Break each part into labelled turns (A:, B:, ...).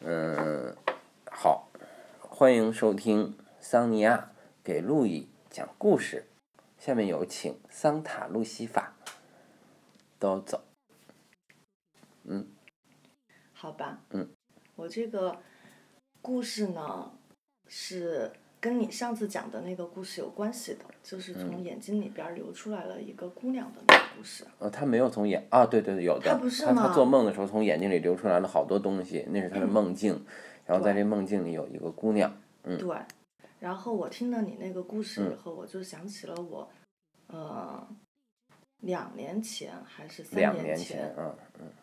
A: 嗯，好，欢迎收听桑尼亚给路易讲故事。下面有请桑塔路西法，都走。
B: 好吧，
A: 嗯，
B: 我这个故事呢是跟你上次讲的那个故事有关系的，就是
A: 嗯
B: 从眼睛里边儿流出来了一个姑娘的那个故事。
A: 呃，他没有从眼啊，对对对，有的。
B: 他不是
A: 他他
B: 吗
A: 做梦的时候，从眼睛里流出来了好多东西，那是他的梦境。
B: 嗯
A: 然后在这梦境里有一个姑娘，
B: 对，然后我听了你那个故事
A: 嗯
B: 以后，我就想起了我，呃，两年前还是三
A: 两
B: 年
A: 前，啊，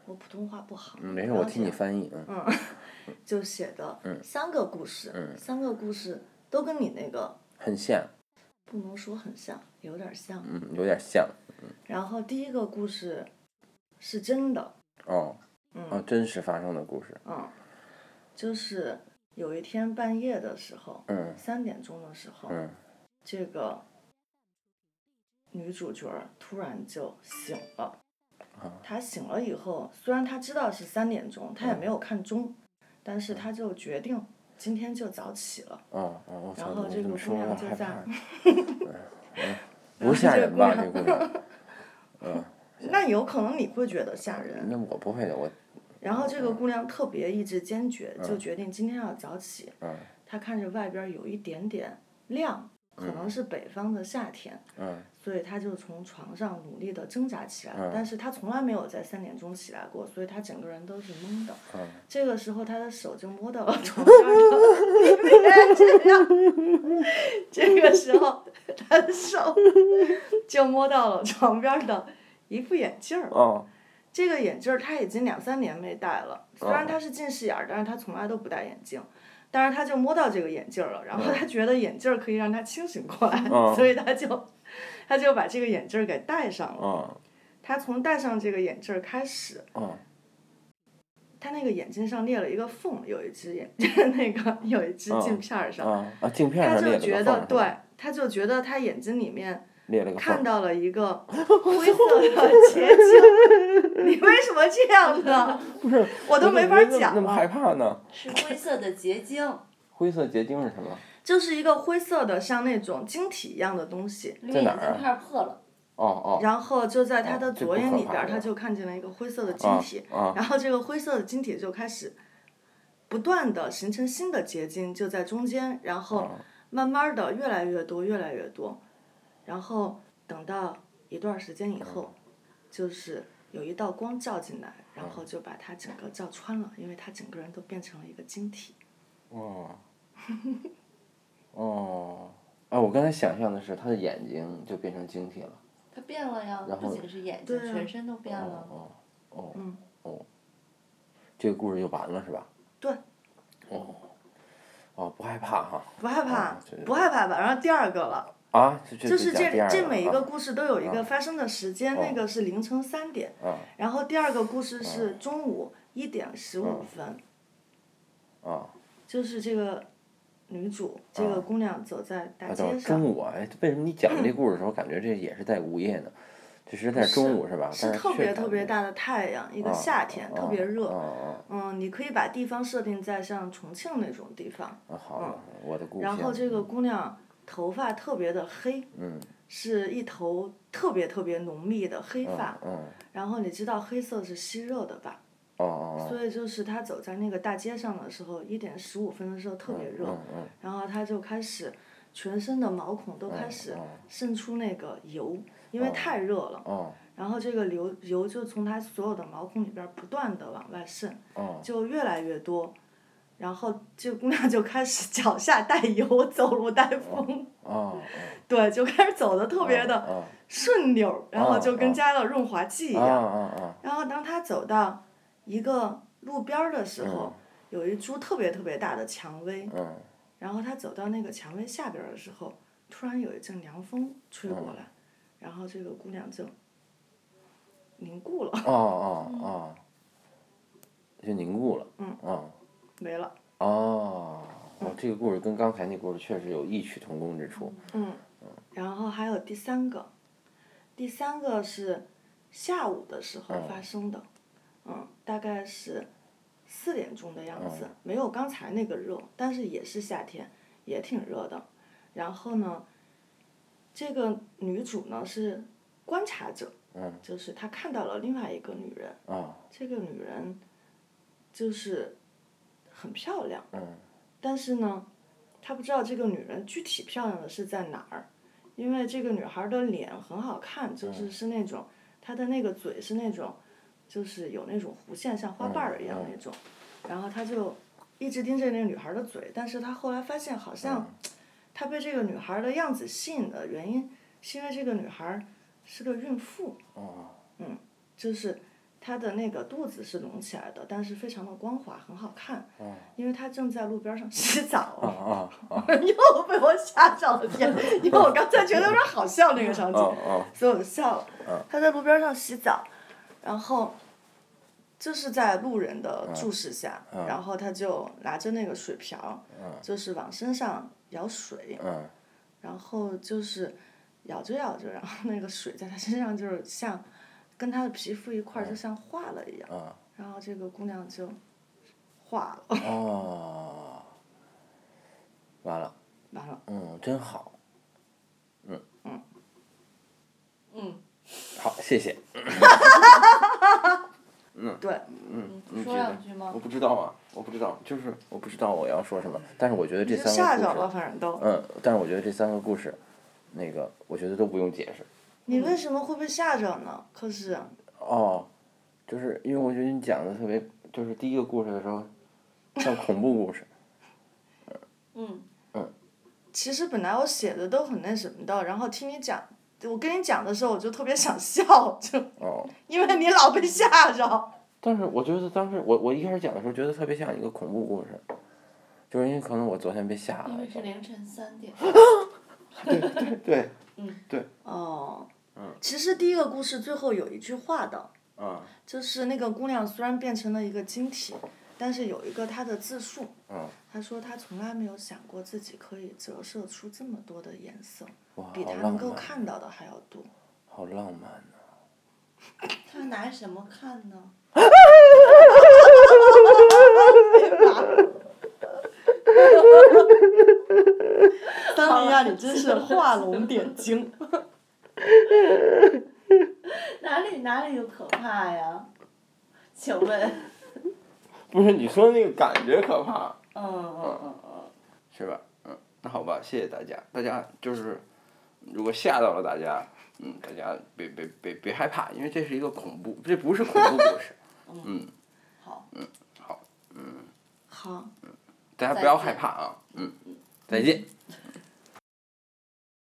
B: 我普通话不好，
A: 嗯，没事，
B: 不
A: 我
B: 要
A: 替你
B: 紧
A: 翻译，嗯，
B: 就写的三个故事，
A: 嗯
B: 三个故事都跟你那个
A: 很像，
B: 不能说很像，有点像。
A: 嗯，有点像，
B: 然后第一个故事是真的，
A: 哦，
B: 嗯
A: 哦，真实发生的故事，
B: 嗯，就是有一天半夜的时候，
A: 嗯
B: 三点钟的时候，
A: 嗯
B: 这个女主角儿突然就醒了。她醒了以后，虽然她知道是三点钟，她也没有看钟，但是她就决定今天就早起了。
A: 哦哦，我操，
B: 然后
A: 我
B: 这
A: 这么
B: 个
A: 说
B: 姑
A: 我
B: 娘就
A: 害
B: 在
A: 怕， 嗯嗯
B: 然
A: 不
B: 后
A: 吓
B: 这
A: 人
B: 姑
A: 吧，这
B: 娘
A: 姑娘？
B: 那有可能你会觉得吓人。
A: 那我不会的，我
B: 然后这个姑娘特别意志坚决，就决定今天要早起。
A: 嗯
B: 她看着外边儿有一点点亮，可能是北方的夏天，
A: 嗯
B: 所以她就从床上努力的挣扎起来。但是她从来没有在三点钟起来过，所以她整个人都是懵的。
A: 嗯
B: 这个时候，她的手就摸到了床边的你别这样。 这个时候，她的手就摸到了床边儿的一副眼镜儿。
A: 哦
B: 这个眼镜儿他已经两三年没戴了，虽
A: 哦
B: 然他是近视眼儿，但是他从来都不戴眼镜。但是他就摸到这个眼镜儿了，然后他觉得眼镜儿可以让他清醒过来，
A: 嗯哦
B: 所以他就他就把这个眼镜儿给戴上了。
A: 哦
B: 他从戴上这个眼镜儿开始，
A: 哦
B: 他那个眼睛上裂了一个缝，有一只眼 那个有一只镜片儿上，
A: 哦啊，镜片
B: 他
A: 上裂
B: 就
A: 了个
B: 觉
A: 缝
B: 得
A: 儿，是吧哦
B: 对，他就觉得他眼睛里面
A: 裂了个缝
B: 看
A: 儿。
B: 到了一 个灰色的结晶，你为什么这样呢？
A: 不是，
B: 我都
A: 怎么
B: 没法
A: 那么
B: 讲
A: 那么
B: 了
A: 害怕呢？
C: 是灰色的结晶，
A: 灰色结晶是什么？
B: 就是一个灰色的像那种晶体一样的东西，
C: 绿
A: 在
C: 眼
A: 哪儿
C: 睛
A: 啊
C: 片儿破了，
A: 哦哦
B: 然后就在他的左眼里
A: 哦这不
B: 边
A: 可怕
B: 儿，
A: 呀
B: 他就看见了一个灰色的晶体，
A: 啊
B: 然后这个灰色的晶体就开始不断的形成新的结晶，就在中间，然后
A: 哦
B: 慢慢的越来越多，越来越多，然后等到一段时间以
A: 哦
B: 后，就是有一道光照进来，
A: 哦
B: 然后就把它整个照穿了，因为他整个人都变成了一个晶体。
A: 哦哦啊！我刚才想象的是他的眼睛就变成晶体了。
C: 它变了呀，
A: 然后
C: 不仅是眼睛，
B: 对啊
C: 全身都变了。
A: 哦哦
B: 嗯
A: 哦，这个故事就完了是吧？
B: 对，
A: 哦哦，不害怕哈
B: 不害怕
A: 哦这，
B: 不害怕吧？然后第二个了。
A: 啊！这这
B: 就是
A: 讲第
B: 这
A: 二
B: 这
A: 了
B: 每一
A: 啊
B: 个故事都有一
A: 啊
B: 个发生的时间，
A: 哦
B: 那个是凌晨三点，
A: 啊
B: 然后第二个故事是中午一点十五分，
A: 嗯啊
B: 就是这个女主这个姑娘走在大
A: 啊！等
B: 街
A: 会儿中
B: 上，
A: 午啊，哎，为什么你讲这故事的时候，感觉这也是在午夜呢？这是在中午是吧？
B: 是
A: 但
B: 特
A: 却
B: 别
A: 感
B: 特别
A: 觉
B: 大的太阳，一个夏天特别热，
A: 啊
B: 嗯，你可以把地方设定在像重庆那种地方，
A: 啊！好了，我的故事。
B: 然后这个姑娘头发特别的黑，
A: 嗯
B: 是一头特别特别浓密的黑发，
A: 嗯
B: 然后你知道黑色是吸热的吧？
A: 哦哦
B: 所以就是他走在那个大街上的时候，一点十五分的时候特别热，
A: 哦，嗯
B: 然后他就开始全身的毛孔都开始
A: 嗯
B: 渗出那个油，因为太热了，
A: 哦
B: 然后这个流油就从他所有的毛孔里边儿不断的往外渗，
A: 哦
B: 就越来越多。然后这姑娘就开始脚下带油，走路带风，
A: 哦，
B: 对，就开始走的特别的
A: 的
B: 顺溜儿，然后就
A: 哦
B: 跟加了润滑剂一
A: 啊
B: 样。
A: 啊
B: 然后当他走到一个路边儿的时候
A: 嗯，
B: 有一株特别特别大的蔷薇
A: 啊，嗯
B: 然后他走到那个蔷薇下边儿的时候，突然有一阵凉风吹过来，然后这个姑娘就凝固了，
A: 哦哦哦，就凝固了。
B: 嗯
A: 哦
B: 没了。
A: 哦，哦这个故事跟刚才那故事确实有异曲同工之处。
B: 嗯，然后还有第三个，第三个是下午的时候
A: 嗯
B: 发生的，嗯，大概是四点钟的样子，没有刚才那个热，但是也是夏天，也挺热的。然后呢，这个女主呢是观察者，
A: 嗯
B: 就是她看到了另外一个女人，
A: 啊
B: 这个女人就是很漂亮，
A: 嗯
B: 但是呢，她不知道这个女人具体漂亮的是在哪儿，因为这个女孩儿的脸很好看，就是是那种她的那个嘴是那种，就是有那种弧线，像花瓣儿一样
A: 嗯
B: 那种，然后她就一直盯着那个女孩儿的嘴，但是她后来发现好像，
A: 嗯
B: 她被这个女孩儿的样子吸引的原因，是因为这个女孩儿是个孕妇，嗯
A: 哦
B: 就是她的那个肚子是隆起来的，但是非常的光滑，很好看。
A: 哦
B: 因为她正在路边儿上 洗澡。
A: 啊啊啊
B: 又被我吓着了，天！因为我刚才觉得有点好笑那个场景，
A: 哦
B: 所以我就笑了
A: 嗯。
B: 他在路边上洗澡，然后就是在路人的注视下，
A: 嗯
B: 然后他就拿着那个水瓢，
A: 嗯
B: 就是往身上舀水，
A: 嗯
B: 然后就是舀着舀着，然后那个水在他身上就是像跟他的皮肤一
A: 嗯
B: 块儿，就像化了一样。
A: 啊
B: 然后这个姑娘就化了，
A: 哦，完了，
B: 完了，
A: 嗯，真好，
C: 嗯，
A: 好，谢谢。
B: 对，
A: 嗯，
C: 你
A: 你
C: 说
A: 觉得
C: 两句吗
A: 我不知道啊，我不知道，就是我不知道我要说什么，但是我觉得这
B: 就
A: 三
B: 吓
A: 个
B: 着
A: 故
B: 了，
A: 事，
B: 反正都。
A: 嗯，但是我觉得这三个故事，那个我觉得都不用解释。
B: 你为什么会被吓着呢？可是，
A: 哦，就是因为我觉得你讲的特别，就是第一个故事的时候，像恐怖故事，
C: 嗯，
B: 其实本来我写的都很那什么的，然后听你讲，我跟你讲的时候，我就特别想笑，就
A: 哦，
B: 因为你老被吓着。
A: 但是我觉得当时我我一开始讲的时候，觉得特别像一个恐怖故事，就是因为可能我昨天被吓
C: 因
A: 了
C: 为
A: 一
C: 是
A: 下，
C: 凌晨三点，
A: 对，
B: 哦。
A: 嗯
B: 其实第一个故事最后有一句话的，
A: 啊，
B: 就是那个姑娘虽然变成了一个晶体，但是有一个她的自述，
A: 嗯，
B: 她说她从来没有想过自己可以折射出这么多的颜色，
A: 哇，
B: 比
A: 好
B: 她能
A: 浪
B: 够
A: 漫，啊
B: 看到的还要多。
A: 好浪漫啊呐、
C: 他拿什么看呢？
B: 当尼亚，你真是画龙点睛。
C: 哪里哪里有可怕呀？请问，
A: 不是你说的那个感觉可怕。
C: 嗯嗯嗯嗯，
A: 是吧？嗯，那好吧，谢谢大家。大家就是，如果吓到了大家，嗯，大家别别别别害怕，因为这是一个恐怖，这不是恐怖故事。嗯，
C: 好，
A: 好，嗯，
B: 好。
A: 大家不要害怕啊，嗯，再见。